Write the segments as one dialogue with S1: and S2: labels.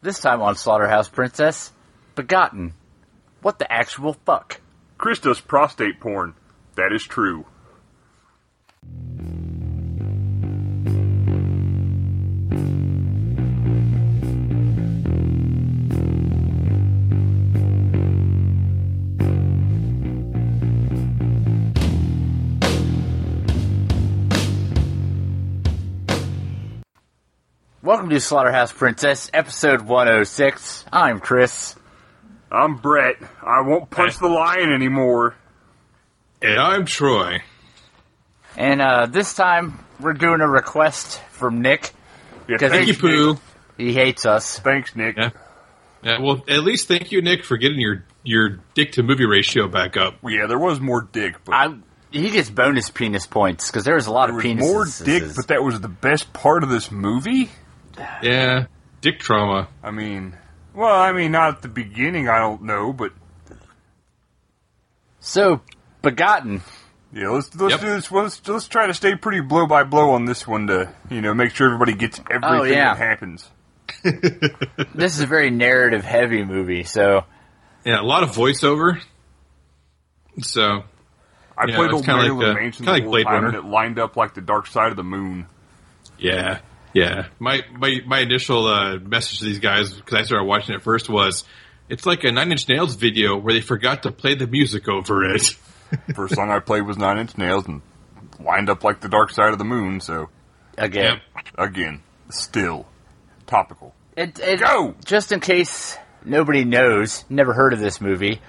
S1: This time on Slaughterhouse Princess, Begotten. What the actual fuck?
S2: Christus prostate porn. That is true.
S1: Welcome to Slaughterhouse Princess, episode 106. I'm Chris.
S2: I'm Brett. I won't punch the lion anymore.
S3: And I'm Troy.
S1: And uh, this time, we're doing a request from Nick.
S2: Yeah,
S1: Because
S2: thanks,
S3: Thank you, Pooh.
S2: Nick.
S1: He hates us.
S2: Thanks, Nick.
S3: Yeah. Yeah, well, at least thank you, Nick, for getting your, your dick to movie ratio back up.
S2: Well, yeah, there was more dick, but
S1: I, he gets bonus penis points because there was a lot
S2: there
S1: of
S2: was
S1: penis.
S2: more dick, but that was the best part of this movie.
S3: Yeah, dick trauma.
S2: I mean, well, I mean, not at the beginning. I don't know, but
S1: so, Begotten.
S2: yeah, let's let's
S3: Yep.
S2: do this. Let's let's try to stay pretty blow by blow on this one to you know make sure everybody gets everything
S1: Oh, yeah.
S2: that happens.
S1: This is a very narrative heavy movie, so
S3: Yeah, a lot of voiceover. So,
S2: I
S3: Yeah,
S2: played
S3: it's
S2: old
S3: kinda
S2: Marilyn
S3: like, uh,
S2: Manson
S3: kinda
S2: the
S3: like
S2: whole
S3: Blade
S2: time,
S3: Runner.
S2: and it lined up like the dark side of the moon.
S3: yeah, yeah. My my, my initial uh, message to these guys, because I started watching it first, was it's like a Nine Inch Nails video where they forgot to play the music over it.
S2: First song I played was Nine Inch Nails and lined up like the dark side of the moon. So
S1: again,
S2: again, still topical.
S1: it, it,
S2: Go!
S1: just in case nobody knows, never heard of this movie,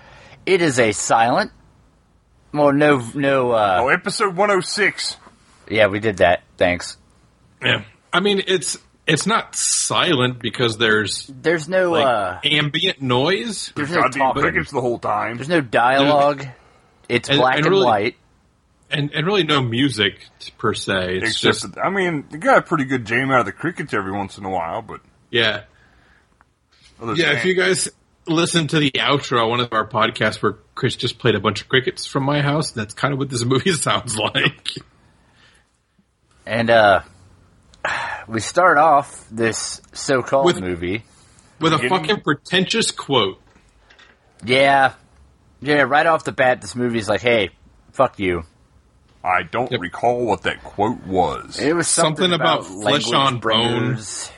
S1: it is a silent. Well, no, no. Uh,
S2: Oh, episode 106.
S1: Yeah, we did that. Thanks.
S3: Yeah. I mean, it's it's not silent because there's
S1: There's no
S3: like
S1: uh,
S3: ambient noise.
S1: there's no
S2: Goddamn
S1: talking.
S2: crickets the whole time.
S1: There's no dialogue. It's
S3: And-
S1: black
S3: and
S1: and,
S3: really-
S1: white.
S3: and and really no music per se. It's
S2: Except,
S3: just
S2: that- I mean, you got a pretty good jam out of the crickets every once in a while, but
S3: yeah,
S2: other
S3: yeah.
S2: than
S3: If
S2: that-
S3: you guys listen to the outro, one of our podcasts where Chris just played a bunch of crickets from my house. That's kind of what this movie sounds like.
S1: And uh, we start off this so-called
S3: With-
S1: movie.
S3: With a
S2: Beginning.
S3: fucking pretentious quote.
S1: Yeah, yeah. Right off the bat, this movie's like, "Hey, fuck you."
S2: I don't
S3: Yep.
S2: recall what that quote was.
S1: It was something,
S3: Something about flesh
S1: language
S3: on
S1: bringers,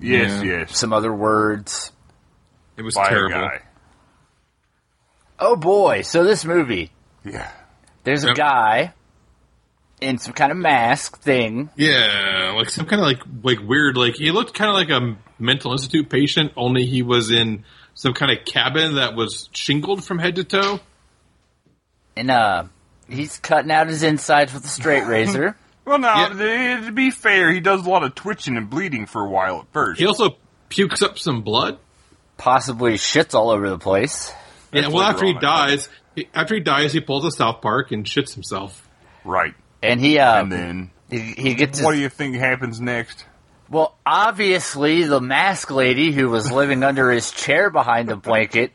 S2: yes,
S3: Yeah.
S2: yes.
S1: Some other words.
S3: It was
S2: By a
S3: terrible.
S2: guy.
S1: Oh boy! So this movie,
S2: Yeah.
S1: there's a
S3: Yep.
S1: guy in some kind of mask thing.
S3: Yeah, like some kind of like like weird. Like he looked kind of like a mental institute patient, only he was in some kind of cabin that was shingled from head to toe.
S1: and uh he's cutting out his insides with a straight razor.
S2: Well, now,
S3: Yeah.
S2: th- to be fair, he does a lot of twitching and bleeding for a while at first.
S3: He also pukes up some blood.
S1: Possibly shits all over the place.
S3: Yeah, well,
S2: later
S3: after he
S2: on, I
S3: dies, he, after he dies, he pulls a South Park and shits himself.
S2: right.
S1: And he uh
S2: And then,
S1: he, he gets his,
S2: what do you think happens next?
S1: well obviously the mask lady who was living under his chair behind the blanket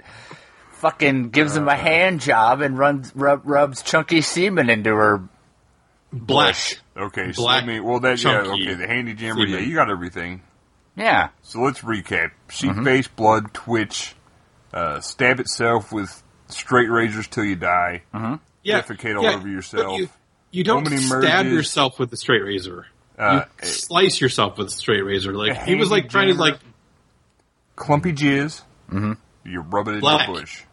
S1: fucking gives
S2: Uh.
S1: him a hand job and runs rub, rubs chunky semen into her
S3: Blash.
S2: Okay, so
S3: Black,
S2: let me. Well, that yeah.
S3: chunky
S2: Okay, the handy jammer. Yeah,
S3: semen.
S2: you got everything.
S1: yeah
S2: So let's recap. Sheep face, blood, twitch, uh, stab itself with straight razors till you die. defecate all over
S3: but
S2: yourself.
S3: You, you don't
S2: Woman
S3: stab
S2: emerges.
S3: yourself with a straight razor.
S2: Uh,
S3: you slice yourself with a straight razor. Like he was like trying to like
S2: Clumpy jizz. Mm-hmm. You rub it in
S3: Black.
S2: your bush.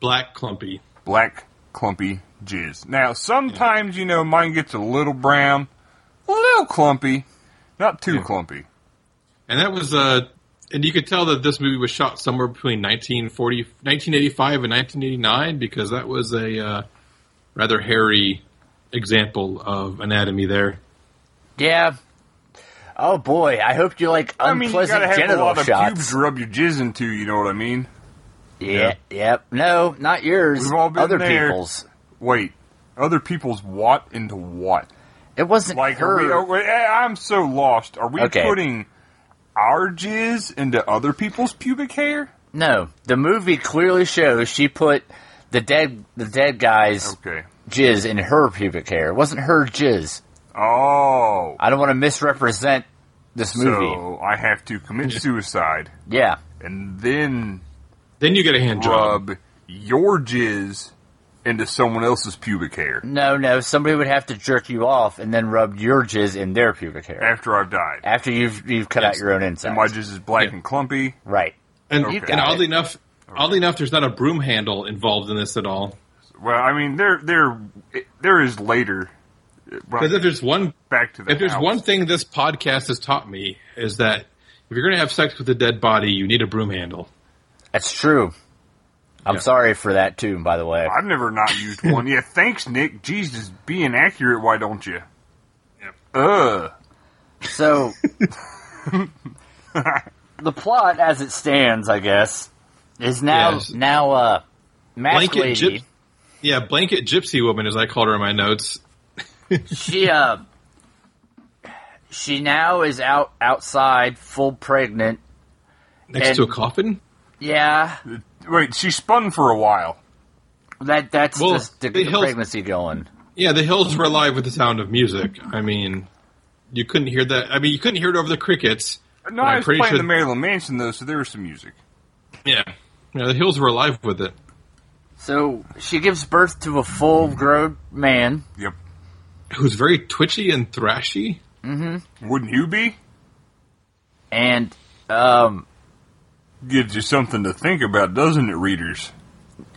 S3: black clumpy.
S2: Black, clumpy jizz. Now, sometimes, you know, mine gets a little brown, a little clumpy, not too clumpy.
S3: And that was uh and you could tell that this movie was shot somewhere between 1940, 1985 and 1989 because that was a uh, rather hairy example of anatomy there.
S1: yeah oh boy I hope you like
S2: I mean, you
S1: unpleasant
S2: gotta have a
S1: genital
S2: lot of
S1: shots
S2: pubes to rub your jizz into, you know what I mean?
S1: yeah yep no not yours
S2: We've all been
S1: other
S2: there.
S1: people's
S2: Wait, other people's what into what?
S1: it wasn't
S2: Like,
S1: her
S2: are we, are we- eh, I'm so lost. Are we
S1: Okay.
S2: putting our jizz into other people's pubic hair?
S1: No, the movie clearly shows she put the dead the dead guy's
S2: Okay.
S1: jizz in her pubic hair. It wasn't her jizz.
S2: Oh.
S1: I don't want to misrepresent this movie.
S2: So I have to commit suicide
S1: yeah,
S2: and then
S3: Then you get a hand job.
S2: rub your jizz into someone else's pubic hair
S1: No, no. Somebody would have to jerk you off and then rub your jizz in their pubic hair
S2: after I've died.
S1: after you've you've cut out
S3: Yes.
S1: your own
S2: And my
S1: insides.
S2: jizz is black
S3: Yeah.
S2: and clumpy.
S1: right.
S3: And,
S2: You
S1: got
S3: and oddly
S1: it.
S3: enough, oddly enough, there's not a broom handle involved in this at all.
S2: Well, I mean, there, there, there is later.
S3: Because if there's one,
S2: back to the
S3: if there's
S2: house.
S3: one thing this podcast has taught me is that if you're going to have sex with a dead body, you need a broom handle.
S1: That's true. I'm
S3: Yeah.
S1: sorry for that too, by the way.
S2: I've never not used one. Yeah, thanks, Nick. Jesus, being accurate, why don't you? Uh,
S1: So the plot as it stands, I guess, is now
S3: Yes.
S1: now uh mask
S3: Blanket
S1: lady.
S3: gyp- Yeah, blanket gypsy woman, as I called her in my notes.
S1: she uh she now is out outside full pregnant.
S3: Next
S1: And-
S3: to a coffin?
S1: Yeah.
S2: wait, she spun for a while.
S1: That that's
S3: Well,
S1: just the,
S3: they
S1: the
S3: held-
S1: pregnancy going.
S3: Yeah, the hills were alive with the sound of music. I mean, you couldn't hear that. I mean, you couldn't hear it over the crickets.
S2: No,
S3: but
S2: I
S3: I'm
S2: was
S3: pretty
S2: playing
S3: sure-
S2: the Maryland Mansion though, so there was some music.
S3: Yeah. Yeah, the hills were alive with it.
S1: So she gives birth to a full grown man.
S2: Yep.
S3: Who's very twitchy and thrashy.
S2: Wouldn't you be?
S1: And um
S2: Gives you something to think about, doesn't it, readers?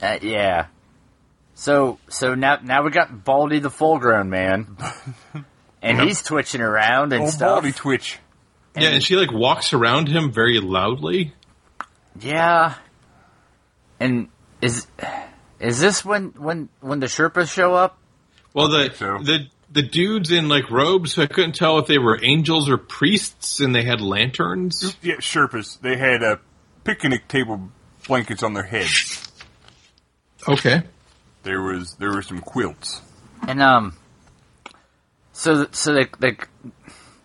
S1: uh, yeah. So so now now we got Baldy the full grown man. And he's twitching around and
S2: Oh,
S1: stuff.
S2: body twitch.
S3: yeah, and she like walks around him very loudly.
S1: Yeah. And is is this when when when the Sherpas show up?
S3: Well, the
S2: so.
S3: the the dudes in like robes, so I couldn't tell if they were angels or priests, and they had lanterns.
S2: Yeah, Sherpas. They had uh, picnic table blankets on their heads.
S3: Okay.
S2: There was there were some quilts.
S1: And um so th- so they they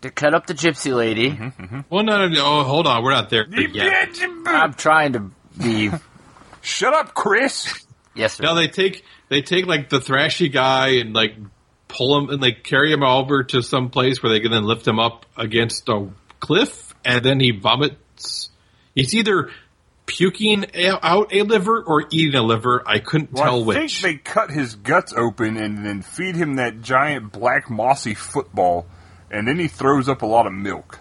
S1: they cut up the gypsy lady.
S3: Mm-hmm. Well, no, no, no. Oh, hold on, we're not there yet.
S1: I'm trying to be
S2: Shut up, Chris.
S1: yes sir.
S3: No, they take they take like the thrashy guy and like pull him and like carry him over to some place where they can then lift him up against a cliff, and then he vomits. He's either puking a- out a liver or eating a liver. I couldn't
S2: Well,
S3: tell
S2: I
S3: which.
S2: think they cut his guts open and then feed him that giant black mossy football, and then he throws up a lot of milk.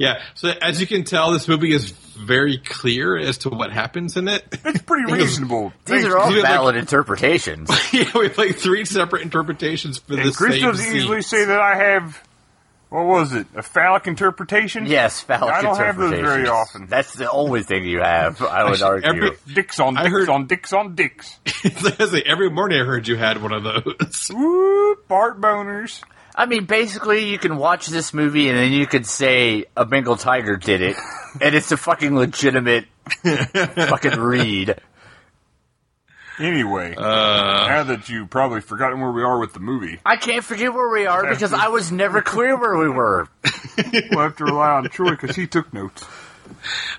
S3: yeah. So as you can tell, this movie is very clear as to what happens in it.
S2: It's pretty reasonable.
S1: These are all
S3: These are like-
S1: valid interpretations.
S3: yeah, we have like three separate interpretations for
S2: and
S3: this.
S2: Chris
S3: same
S2: does
S3: scene.
S2: easily say that I have what was it? A phallic interpretation?
S1: Yes, phallic
S2: I don't have those
S1: interpretations.
S2: very often.
S1: That's the only thing you have, I would
S3: Actually,
S1: argue.
S3: every-
S2: Dicks on
S3: I
S2: dicks
S3: heard-
S2: on dicks on dicks.
S3: It's like every morning I heard you had one of those.
S2: Woo, Bart boners.
S1: I mean, basically, you can watch this movie and then you could say a Bengal tiger did it, and it's a fucking legitimate fucking read.
S2: Anyway,
S3: Uh,
S2: now that you've probably forgotten where we are with the movie,
S1: I can't forget where we are because I was never clear where we were.
S2: we'll have to rely on Troy because he took notes.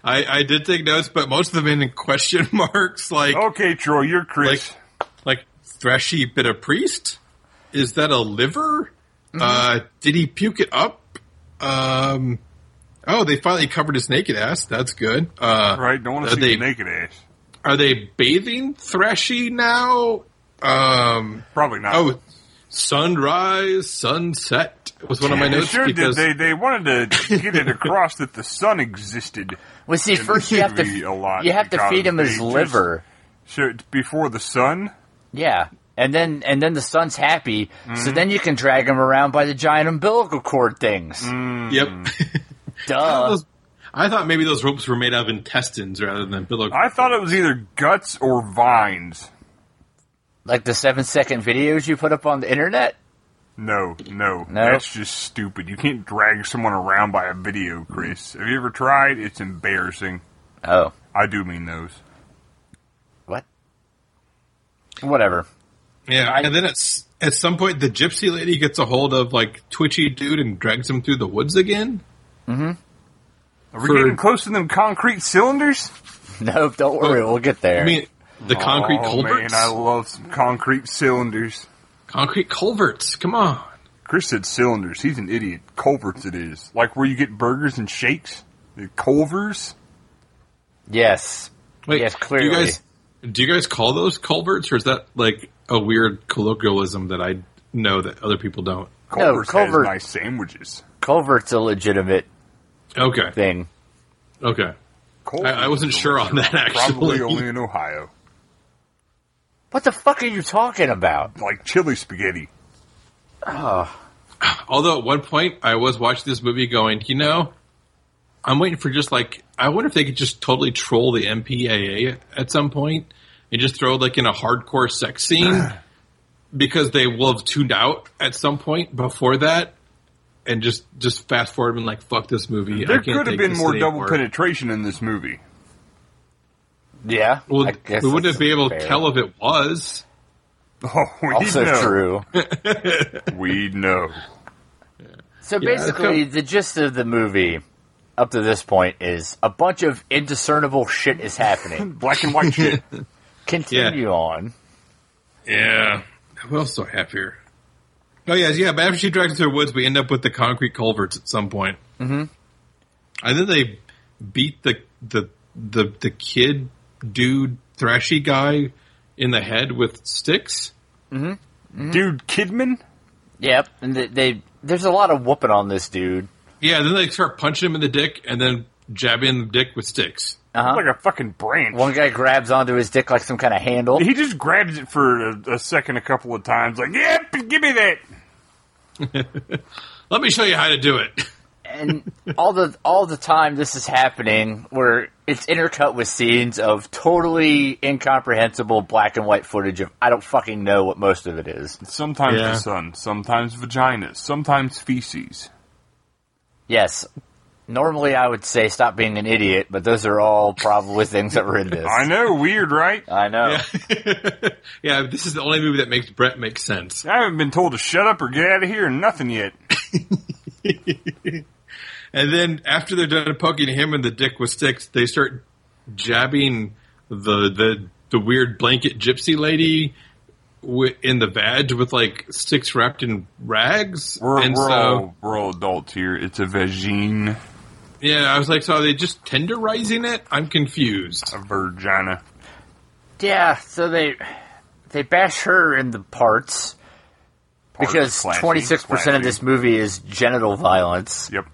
S3: I, I did take notes, but most of them in question marks, like
S2: Okay, Troy, you're Chris.
S3: like like thrashy bit of priest. Is that a liver? Uh, did he puke it up? Um, oh, they finally covered his naked ass. That's good. Uh,
S2: right? Don't want
S3: are
S2: to see
S3: they-
S2: the naked ass.
S3: Are they bathing thrashy now? Um,
S2: Probably not.
S3: oh, sunrise, sunset was one of my
S2: They
S3: notes
S2: sure
S3: because
S2: did. They, they wanted to get it across that the sun existed
S1: Well, see,
S2: It
S1: first you have to
S2: should be a lot
S1: you have to
S2: because
S1: feed him
S2: they
S1: his
S2: just-
S1: liver,
S2: so before the sun.
S1: yeah, and then and then the son's happy, so then you can drag him around by the giant umbilical cord things.
S3: yep.
S1: Duh.
S3: Those- I thought maybe those ropes were made out of intestines rather than umbilical.
S2: I thought it was either guts or vines.
S1: like the seven second videos you put up on the internet.
S2: No, no,
S1: No?
S2: that's just stupid. You can't drag someone around by a video, Chris. Have you ever tried? It's embarrassing.
S1: Oh,
S2: I do mean those.
S1: what? Whatever.
S3: Yeah, and then it's at some point the gypsy lady gets a hold of like twitchy dude and drags him through the woods again.
S2: Are we
S3: For-
S2: getting close to them concrete cylinders?
S1: Nope, don't worry, we'll get there.
S3: I mean, the concrete
S2: oh, man,
S3: culverts.
S2: I love some concrete cylinders.
S3: concrete culverts. Come on.
S2: Chris said cylinders. He's an idiot. Culverts it is. Like where you get burgers and shakes. The Culvers?
S1: Yes.
S3: Wait,
S1: yes,
S3: do
S1: clearly.
S3: you guys do you guys call those culverts, or is that like a weird colloquialism that I know that other people don't?
S1: No,
S2: Culvers
S1: Culver-
S2: has nice sandwiches.
S1: Culvert's a legitimate
S3: Okay,
S1: thing.
S3: okay.
S2: Culvers
S3: I, I wasn't sure on that
S2: Probably
S3: actually.
S2: only in Ohio.
S1: What the fuck are you talking about?
S2: Like chili spaghetti.
S3: Although at one point I was watching this movie, going, you know, I'm waiting for just like I wonder if they could just totally troll the MPAA at some point and just throw like in a hardcore sex scene because they will have tuned out at some point before that. And just, just fast forward and like fuck this movie. I
S2: There could
S3: can't
S2: have
S3: take
S2: been
S3: this
S2: more
S3: anymore.
S2: double penetration in this movie.
S1: Yeah.
S3: Well,
S1: I guess
S3: we wouldn't
S1: that's
S3: be able to
S1: fair.
S3: tell if it was.
S2: Oh, we
S1: Also
S2: know.
S1: true.
S2: We know.
S1: So
S3: Yeah,
S1: basically,
S3: it's
S1: the gist of the movie up to this point is a bunch of indiscernible shit is happening.
S2: Black and white shit.
S1: Continue on.
S3: Yeah. Who else do I have here? Oh yeah, yeah. But after she drags us through the woods, we end up with the concrete culverts at some point. Mm-hmm. I think they beat the the the the kid dude thrashy guy in the head with sticks.
S1: Mm-hmm.
S2: Dude, Kidman?
S1: Yep. And they, they there's a lot of whooping on this dude.
S3: Yeah. Then they start punching him in the dick and then jabbing the dick with sticks.
S1: Uh-huh.
S2: Like a fucking branch.
S1: One guy grabs onto his dick like some kind of handle.
S2: he just grabs it for a, a second a couple of times, like, yep, give me that.
S3: Let me show you how to do it.
S1: and all the all the time this is happening where it's intercut with scenes of totally incomprehensible black and white footage of I don't fucking know what most of it is.
S2: Sometimes
S3: Yeah.
S2: the sun, sometimes vaginas, sometimes feces.
S1: Yes. Normally I would say stop being an idiot, but those are all probably things that were in this.
S2: I know, weird, right?
S1: I know.
S3: yeah. This is the only movie that makes Brett make sense.
S2: I haven't been told to shut up or get out of here and nothing yet.
S3: And then after they're done poking him in the dick with sticks, they start jabbing the the the weird blanket gypsy lady wi in the vag with like sticks wrapped in rags.
S2: We're,
S3: and
S2: we're,
S3: so
S2: all, we're all adults here. It's a vagine,
S3: yeah, I was like, so are they just tenderizing it? I'm confused.
S2: a vagina.
S1: Yeah, so they they bash her in the parts
S2: Parts,
S1: because
S2: classy,
S1: twenty six percent of
S2: classy.
S1: this movie is genital violence.
S2: Yep.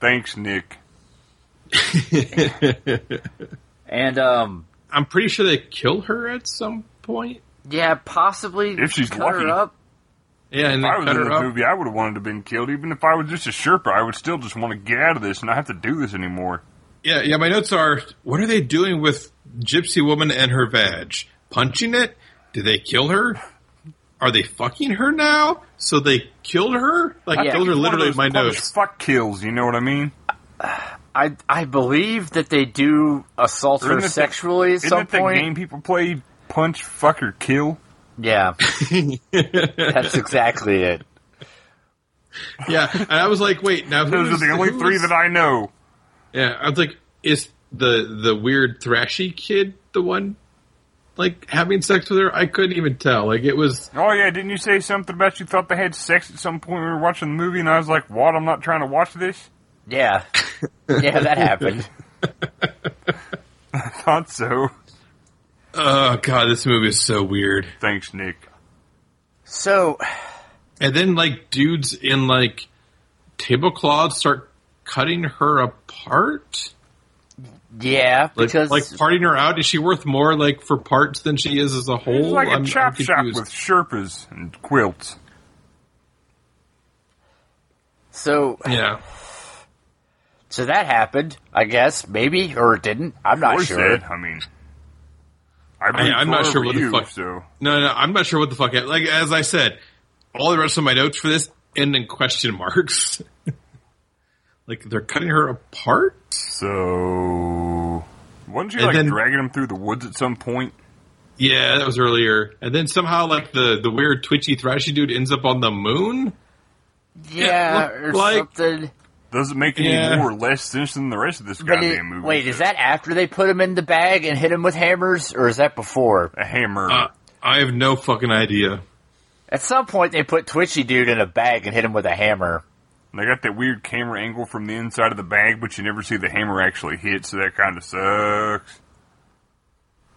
S2: Thanks, Nick.
S1: And um
S3: I'm pretty sure they kill her at some point.
S1: yeah, possibly
S2: If she's
S1: cut
S2: lucky.
S1: her up.
S3: Yeah,
S2: If
S3: and they
S2: I was
S3: cut
S2: in
S3: her
S2: the
S3: up.
S2: movie, I would have wanted to been killed. Even if I was just a Sherpa, I would still just want to get out of this and not have to do this anymore.
S3: Yeah, yeah. My notes are: What are they doing with Gypsy Woman and her vag? Punching it? Did they kill her? Are they fucking her now? So they killed her? Like
S1: Yeah.
S3: killed her
S2: One of
S3: literally.
S2: those
S3: My
S2: punished
S3: notes.
S2: Fuck kills, you know what I mean?
S1: I I believe that they do assault
S2: Isn't
S1: her
S2: it the-
S1: sexually at
S2: Isn't
S1: some
S2: it that
S1: point.
S2: game people play? Punch, fuck, or kill?
S1: Yeah, that's exactly it.
S3: yeah, and I was like, wait, now
S2: Those are the only three that I know.
S3: Yeah, I was like, is the the weird thrashy kid the one like having sex with her? I couldn't even tell. Like it was.
S2: Oh yeah, didn't you say something about you thought they had sex at some point when we were watching the movie? And I was like, "What? I'm not trying to watch this."
S1: Yeah, yeah, that happened.
S2: I thought so.
S3: Oh god, this movie is so weird.
S2: Thanks, Nick.
S1: So
S3: And then like dudes in like tablecloths start cutting her apart.
S1: yeah,
S3: Like,
S1: because
S3: like parting her out. Is she worth more like for parts than she is as a whole?
S2: It's like a
S3: I'm- I'm
S2: chop shop
S3: confused.
S2: with sherpas and quilts.
S1: so
S3: Yeah.
S1: so that happened. I guess maybe or it didn't. I'm not
S2: Or
S1: sure.
S2: said, I mean, I root
S3: I'm not
S2: for
S3: sure what the
S2: you,
S3: fuck-
S2: So
S3: No, no, I'm not sure what the fuck. Like as I said, all the rest of my notes for this end in question marks. like they're cutting her apart.
S2: so. Wasn't you
S3: And
S2: like
S3: then-
S2: dragging them through the woods at some point?
S3: Yeah, that was earlier. And then somehow like the the weird twitchy thrashy dude ends up on the moon.
S1: yeah,
S3: it
S1: or
S3: looked like-
S1: something.
S2: Doesn't make any
S3: Yeah.
S2: more or less sense than the rest of this
S1: But
S2: goddamn
S1: it-
S2: movie.
S1: wait, is that after they put him in the bag and hit him with hammers, or is that before?
S2: a hammer?
S3: Uh, I have no fucking idea.
S1: At some point, they put Twitchy dude in a bag and hit him with a hammer.
S2: And they got that weird camera angle from the inside of the bag, but you never see the hammer actually hit, so that kind of sucks.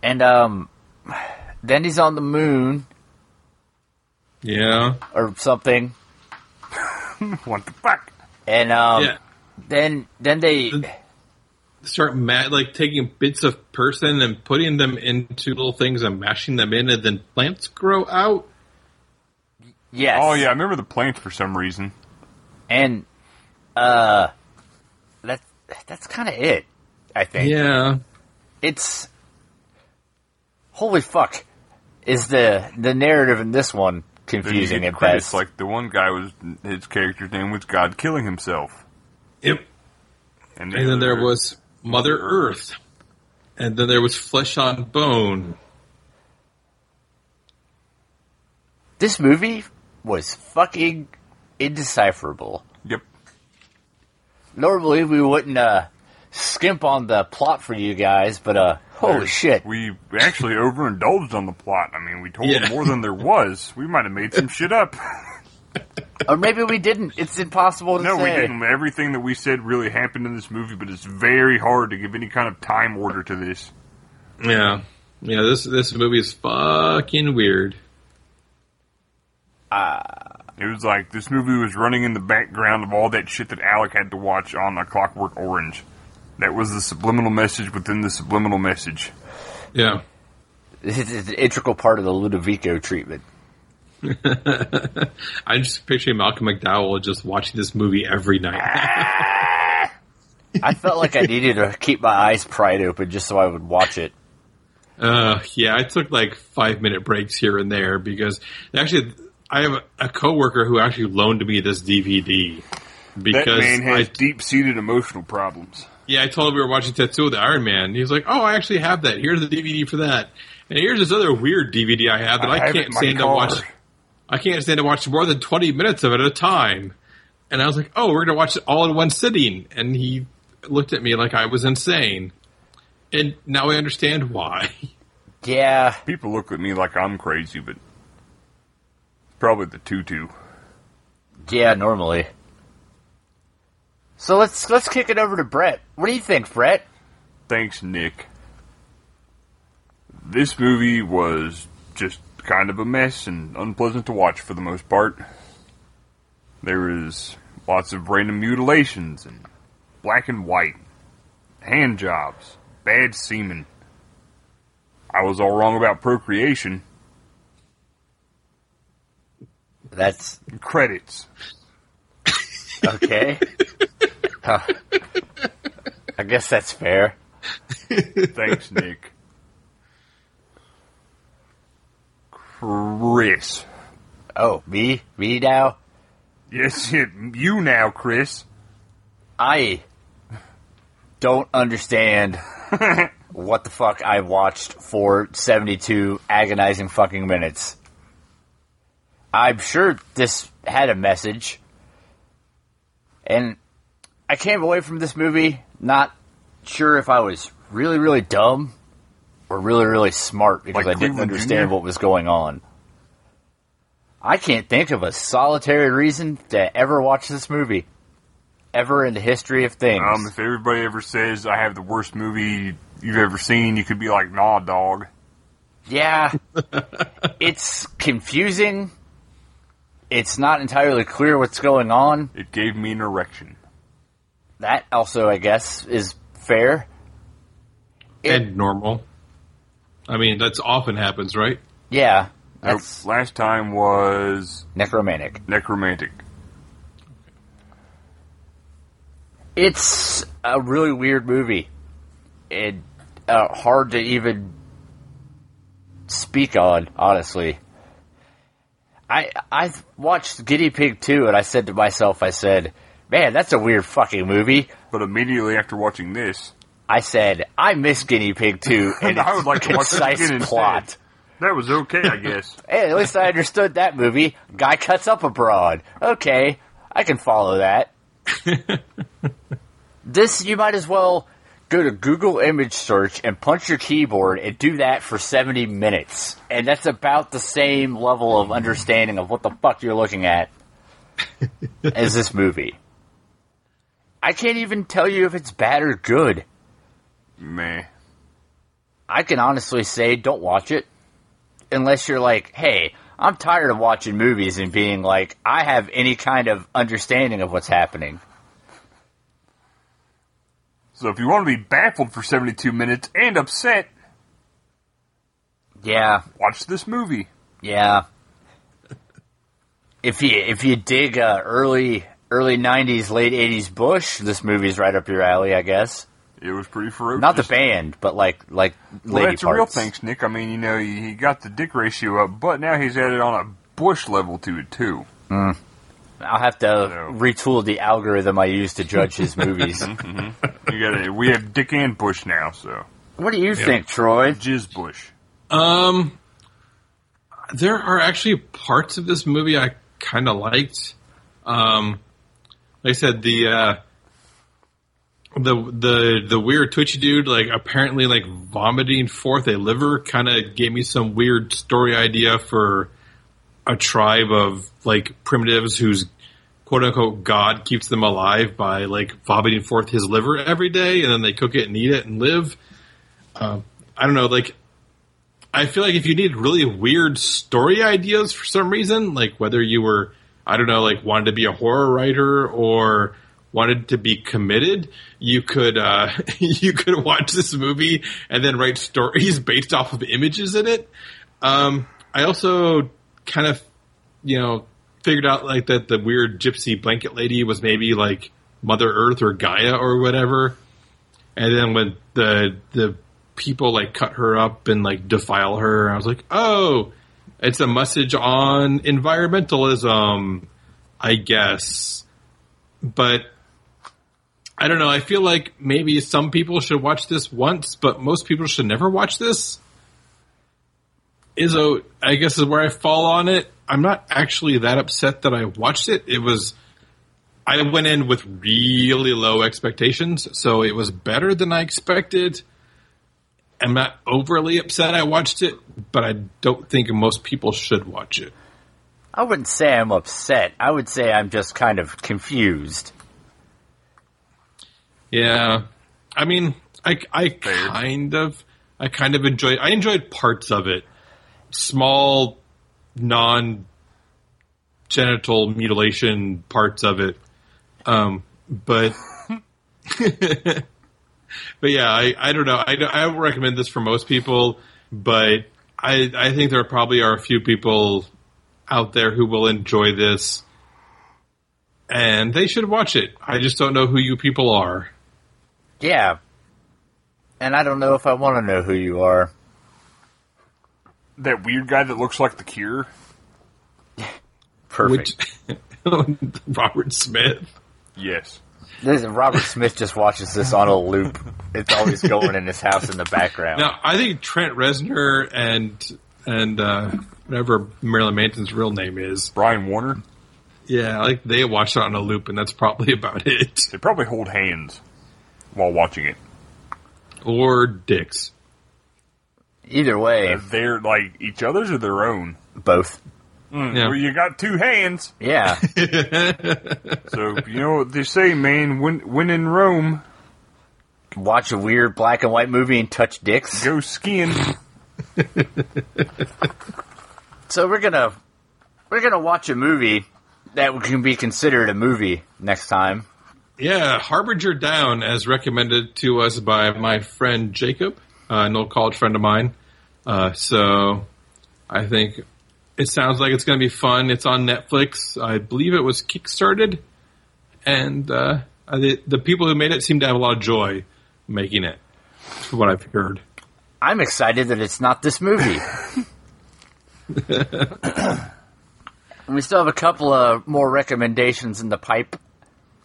S1: And um, then he's on the moon
S3: Yeah.
S1: or something,
S2: what the fuck?
S1: and um,
S3: yeah.
S1: then then they
S3: Start ma- like taking bits of person and putting them into little things and mashing them in, and then plants grow out.
S1: yes.
S2: Oh yeah, I remember the plants for some reason.
S1: and uh, that that's kind of it. I think.
S3: Yeah.
S1: it's holy fuck is the the narrative in this one
S2: Then you
S1: confusing at
S2: get credits,
S1: best
S2: Like the one guy was his character's name was God killing himself,
S3: Yep.
S2: the
S3: And then there
S2: other-
S3: was Mother Earth. And then there was Flesh on Bone.
S1: this movie was fucking indecipherable
S2: Yep.
S1: normally we wouldn't uh skimp on the plot for you guys but uh holy shit
S2: We actually overindulged on the plot. I mean, we told
S3: Yeah.
S2: them more than there was. We might have made some shit up.
S1: or maybe we didn't it's impossible to
S2: No,
S1: say
S2: we didn't. Everything that we said really happened in this movie, but it's very hard to give any kind of time order to this.
S3: Yeah. Yeah, this this movie is fucking weird.
S2: It was like this movie was running in the background of all that shit that Alec had to watch on A Clockwork Orange. That was the subliminal message within the subliminal message.
S3: Yeah.
S1: this is an integral part of the ludovico treatment
S3: I'm just picturing Malcolm McDowell just watching this movie every night.
S1: i felt like i needed to keep my eyes pried open just so i would watch it
S3: Uh, yeah, I took like five minute breaks here and there because actually I have a, a coworker who actually loaned me this DVD because
S2: that man has
S3: I
S2: deep seated emotional problems.
S3: Yeah, I told him we were watching Tattoo of the Iron Man. He was like, "Oh, I actually have that. Here's the DVD for that, and here's this other weird DVD I have that I,
S2: have it in
S3: can't
S2: my
S3: stand to
S2: car.
S3: watch. I can't stand to watch more than twenty minutes of it at a time." And I was like, "Oh, we're gonna watch it all in one sitting," and he looked at me like I was insane. And now I understand why.
S1: yeah
S2: People look at me like I'm crazy, but probably the tutu.
S1: Yeah, normally. So let's let's kick it over to Brett. What do you think, Brett?
S2: Thanks, Nick. This movie was just kind of a mess and unpleasant to watch for the most part. There was lots of random mutilations and black and white, hand jobs, bad semen. I was all wrong about procreation.
S1: That's
S2: Credits.
S1: okay. Huh. I guess that's fair.
S2: Thanks, Nick. Chris.
S1: Oh, me, me now.
S2: Yes, you now, Chris.
S1: I don't understand what the fuck I watched for 72 agonizing fucking minutes. I'm sure this had a message. And I came away from this movie not sure if I was really, really dumb or really, really smart because
S2: Like
S1: I didn't
S2: Cleveland
S1: understand
S2: Jr.?
S1: what was going on. I can't think of a solitary reason to ever watch this movie. Ever in the history of things.
S2: Um, if everybody ever says I have the worst movie you've ever seen, you could be like, "Nah, dog."
S1: Yeah. it's confusing. It's not entirely clear what's going on.
S2: It gave me an erection.
S1: That also, I guess, is fair. It-
S3: and normal. I mean, that's often happens, right?
S1: Yeah.
S2: Nope.
S1: That's
S2: Last time was
S1: necromantic.
S2: necromantic.
S1: It's a really weird movie. And uh, hard to even speak on, honestly. I I watched Guinea Pig 2 and I said to myself, I said, man, that's a weird fucking movie.
S2: But immediately after watching this,
S1: I said, I miss Guinea Pig 2 and
S2: I
S1: its
S2: would like to watch that
S1: concise
S2: again instead.
S1: plot.
S2: that was okay, I guess.
S1: Hey, at least I understood that movie. Guy cuts up abroad. Okay, I can follow that. this, you might as well go to Google image search and punch your keyboard and do that for 70 minutes. And that's about the same level of understanding of what the fuck you're looking at as this movie. I can't even tell you if it's bad or good.
S2: Meh.
S1: I can honestly say don't watch it unless you're like, hey, I'm tired of watching movies and being like, I have any kind of understanding of what's happening.
S2: So if you want to be baffled for 72 minutes and upset,
S1: Yeah,
S2: watch this movie.
S1: yeah. If you if you dig uh, early early '90s, late '80s Bush, this movie's right up your alley, I guess.
S2: It was pretty ferocious.
S1: Not the band, but like like
S2: Well,
S1: lady
S2: that's a real
S1: parts.
S2: thanks, Nick. I mean, you know, he he got the dick ratio up, but now he's added on a bush level to it too.
S1: I'll have to
S2: No.
S1: retool the algorithm I use to judge his movies.
S2: Mm-hmm. You got we have dick and bush now, so
S1: what do you think, Troy?
S2: jizz bush.
S3: Um, there are actually parts of this movie I kind of liked. Um, like I said, the uh, the the the weird twitchy dude, like apparently like vomiting forth a liver, kind of gave me some weird story idea for a tribe of like primitives whose quote unquote god keeps them alive by like vomiting forth his liver every day, and then they cook it and eat it and live. Um, I don't know, like I feel like if you need really weird story ideas for some reason, like whether you were, I don't know, like wanted to be a horror writer or wanted to be committed, you could uh, you could watch this movie and then write stories based off of images in it. Um, I also kind of, you know, figured out like that the weird gypsy blanket lady was maybe like Mother Earth or Gaia or whatever. And then when the the people like cut her up and like defile her, I was like, oh, it's a message on environmentalism, I guess. But I don't know. I feel like maybe some people should watch this once, but most people should never watch this. Izzo, I guess, is where I fall on it. I'm not actually that upset that I watched it. It was. I went in with really low expectations, so it was better than I expected. I'm not overly upset I watched it, but I don't think most people should watch it.
S1: I wouldn't say I'm upset. I would say I'm just kind of confused.
S3: Yeah. I mean, I, I
S2: Fair.
S3: kind of I kind of enjoyed I enjoyed parts of it. Small non genital mutilation parts of it. Um but but yeah, I, I don't know. I, don't- I would recommend this for most people, but I I think there probably are a few people out there who will enjoy this and they should watch it. I just don't know who you people are.
S1: Yeah. And I don't know if I want to know who you are.
S2: That weird guy that looks like the Cure.
S1: Perfect.
S3: Which Robert Smith.
S2: Yes,
S1: This, Robert Smith just watches this on a loop. It's always going in his house in the background.
S3: Now I think Trent Reznor and and uh, whatever Marilyn Manton's real name is.
S2: Brian Warner.
S3: Yeah, like they watched it on a loop, and that's probably about it.
S2: They probably hold hands while watching it.
S3: Or dicks.
S1: Either way,
S2: They're like each other's or their own.
S1: both.
S3: Yeah.
S2: Well, you got two hands,
S1: Yeah.
S2: so you know what they say, man. When when in Rome,
S1: Watch a weird black and white movie and touch dicks.
S2: go skiing.
S1: So we're gonna we're gonna watch a movie that can be considered a movie next time.
S3: Yeah, Harbinger Down, as recommended to us by my friend Jacob, uh, an old college friend of mine. Uh, so I think it sounds like it's going to be fun. It's on Netflix. I believe it was kickstarted, and uh, the, the people who made it seem to have a lot of joy making it, from what I've heard.
S1: I'm excited that it's not this movie. And we still have a couple of more recommendations in the pipe.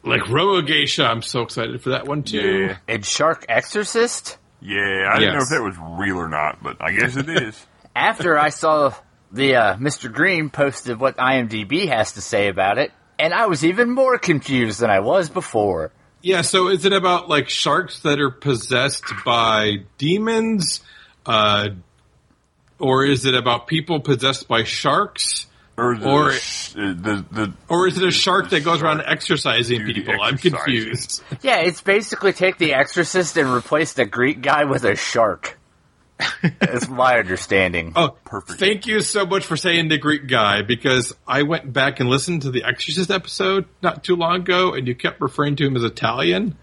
S3: Like Roa Geisha, I'm so excited for that one too.
S2: Yeah,
S1: And Shark Exorcist.
S2: yeah. I didn't know
S3: Yes.
S2: if that was real or not, but I guess it is.
S1: After I saw the uh, Mr. Green posted what IMDb has to say about it, and I was even more confused than I was before.
S3: Yeah, so is it about like sharks that are possessed by demons? Uh, or is it about people possessed by sharks?
S2: Or, the,
S3: Or-
S2: the, the
S3: Or is it a
S2: the-
S3: shark
S2: the
S3: that goes around
S2: shark
S3: exercising
S2: do the
S3: people? I'm
S2: exercising.
S3: confused.
S1: Yeah, it's basically take the exorcist and replace the Greek guy with a shark. That's my understanding.
S3: Oh,
S2: Perfect.
S3: Thank you so much for saying the Greek guy because I went back and listened to the Exorcist episode not too long ago, and you kept referring to him as Italian.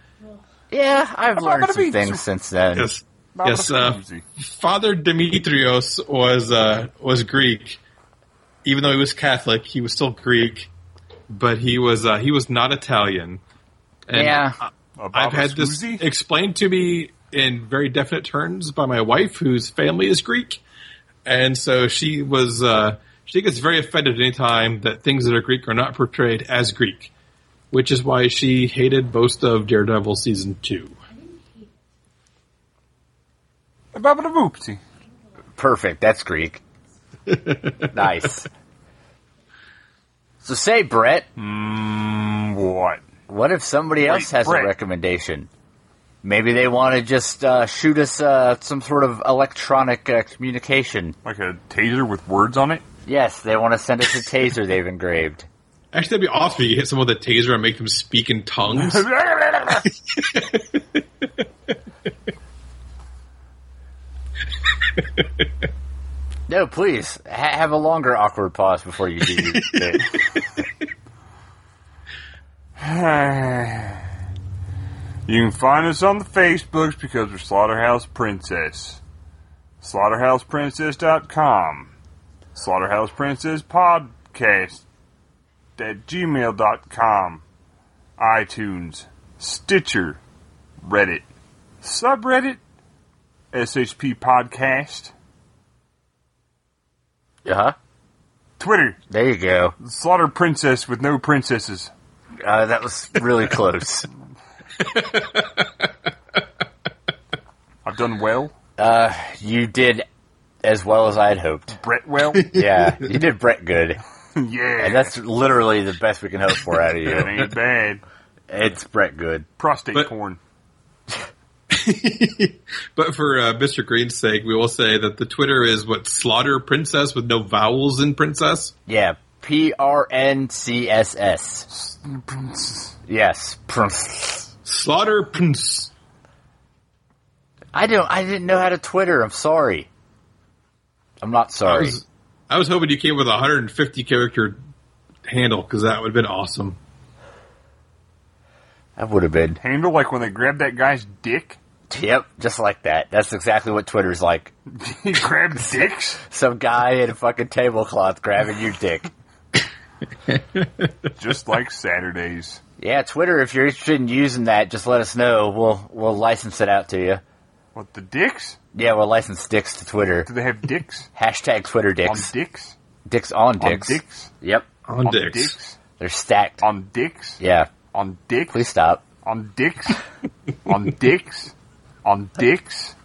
S1: Yeah, I've learned
S2: gonna
S1: some
S2: be-
S1: things since then.
S3: Yes,
S2: Not
S3: yes. Uh,
S2: easy.
S3: Father Demetrios was uh, was Greek, even though he was Catholic, he was still Greek, but he was uh, he was not Italian. And
S1: Yeah.
S3: I-
S2: A
S3: I've
S2: Baba
S3: had this
S2: Scoozy?
S3: explained to me in very definite terms by my wife, whose family is Greek, and so she was uh, she gets very offended anytime that things that are Greek are not portrayed as Greek, which is why she hated most of Daredevil season two.
S2: A Baba da Boopsie.
S1: Perfect. That's Greek. nice. So say, Brett,
S2: Mm, what?
S1: what if somebody else has
S2: Brett.
S1: a recommendation? Maybe they want to just uh, shoot us uh, some sort of electronic uh, communication.
S2: Like a taser with words on it?
S1: Yes, they want to send us a taser they've engraved.
S3: Actually, that'd be awesome. if You hit someone with a taser and make them speak in tongues.
S1: No, please ha- have a longer awkward pause before you do it.
S2: You can find us on the Facebooks because we're Slaughterhouse Princess. SlaughterhousePrincess.com. Slaughterhouse Princess Podcast at gmail.com. iTunes. Stitcher. Reddit. Subreddit. SHP Podcast.
S1: huh?
S2: Twitter.
S1: Uh-huh. There you go.
S2: Slaughter Princess with no princesses.
S1: Uh, that was really close.
S2: I've done well.
S1: You did as well as I'd hoped.
S2: Brett well.
S1: Yeah, you did Brett good.
S2: yeah.
S1: And Oh, that's literally the best we can hope for out of
S2: That
S1: you.
S2: ain't bad.
S1: It's Brett good.
S2: Prostate
S3: But-
S2: porn.
S3: But for uh, Mr. Green's sake, we will say that the Twitter is what slaughter princess with no vowels in princess.
S1: Yeah, P R N C S S. Yes, Prince.
S3: Slaughter prince.
S1: I don't. I didn't know how to Twitter. I'm sorry. I'm not
S3: I
S1: sorry.
S3: was, I was hoping you came with a 150 character handle because that would have been awesome.
S1: That would have been.
S2: handle, like when they grabbed that guy's dick.
S1: Yep, just like that. That's exactly what Twitter's like.
S2: he grabbed dicks.
S1: Some guy in a fucking tablecloth grabbing your dick.
S2: Just like Saturdays.
S1: Yeah, Twitter. If you're interested in using that, just let us know. We'll we'll license it out to you.
S2: What the dicks?
S1: Yeah, we'll license dicks to Twitter.
S2: Do they have dicks
S1: Hashtag Twitter
S2: on
S1: dicks.
S2: dicks
S1: dicks on
S2: on
S1: dicks.
S2: dicks
S1: Yep,
S3: On,
S2: on
S3: dicks.
S2: dicks
S1: they're stacked.
S2: on dicks
S1: Yeah,
S2: on dicks
S1: please stop.
S2: on dicks on dicks on dicks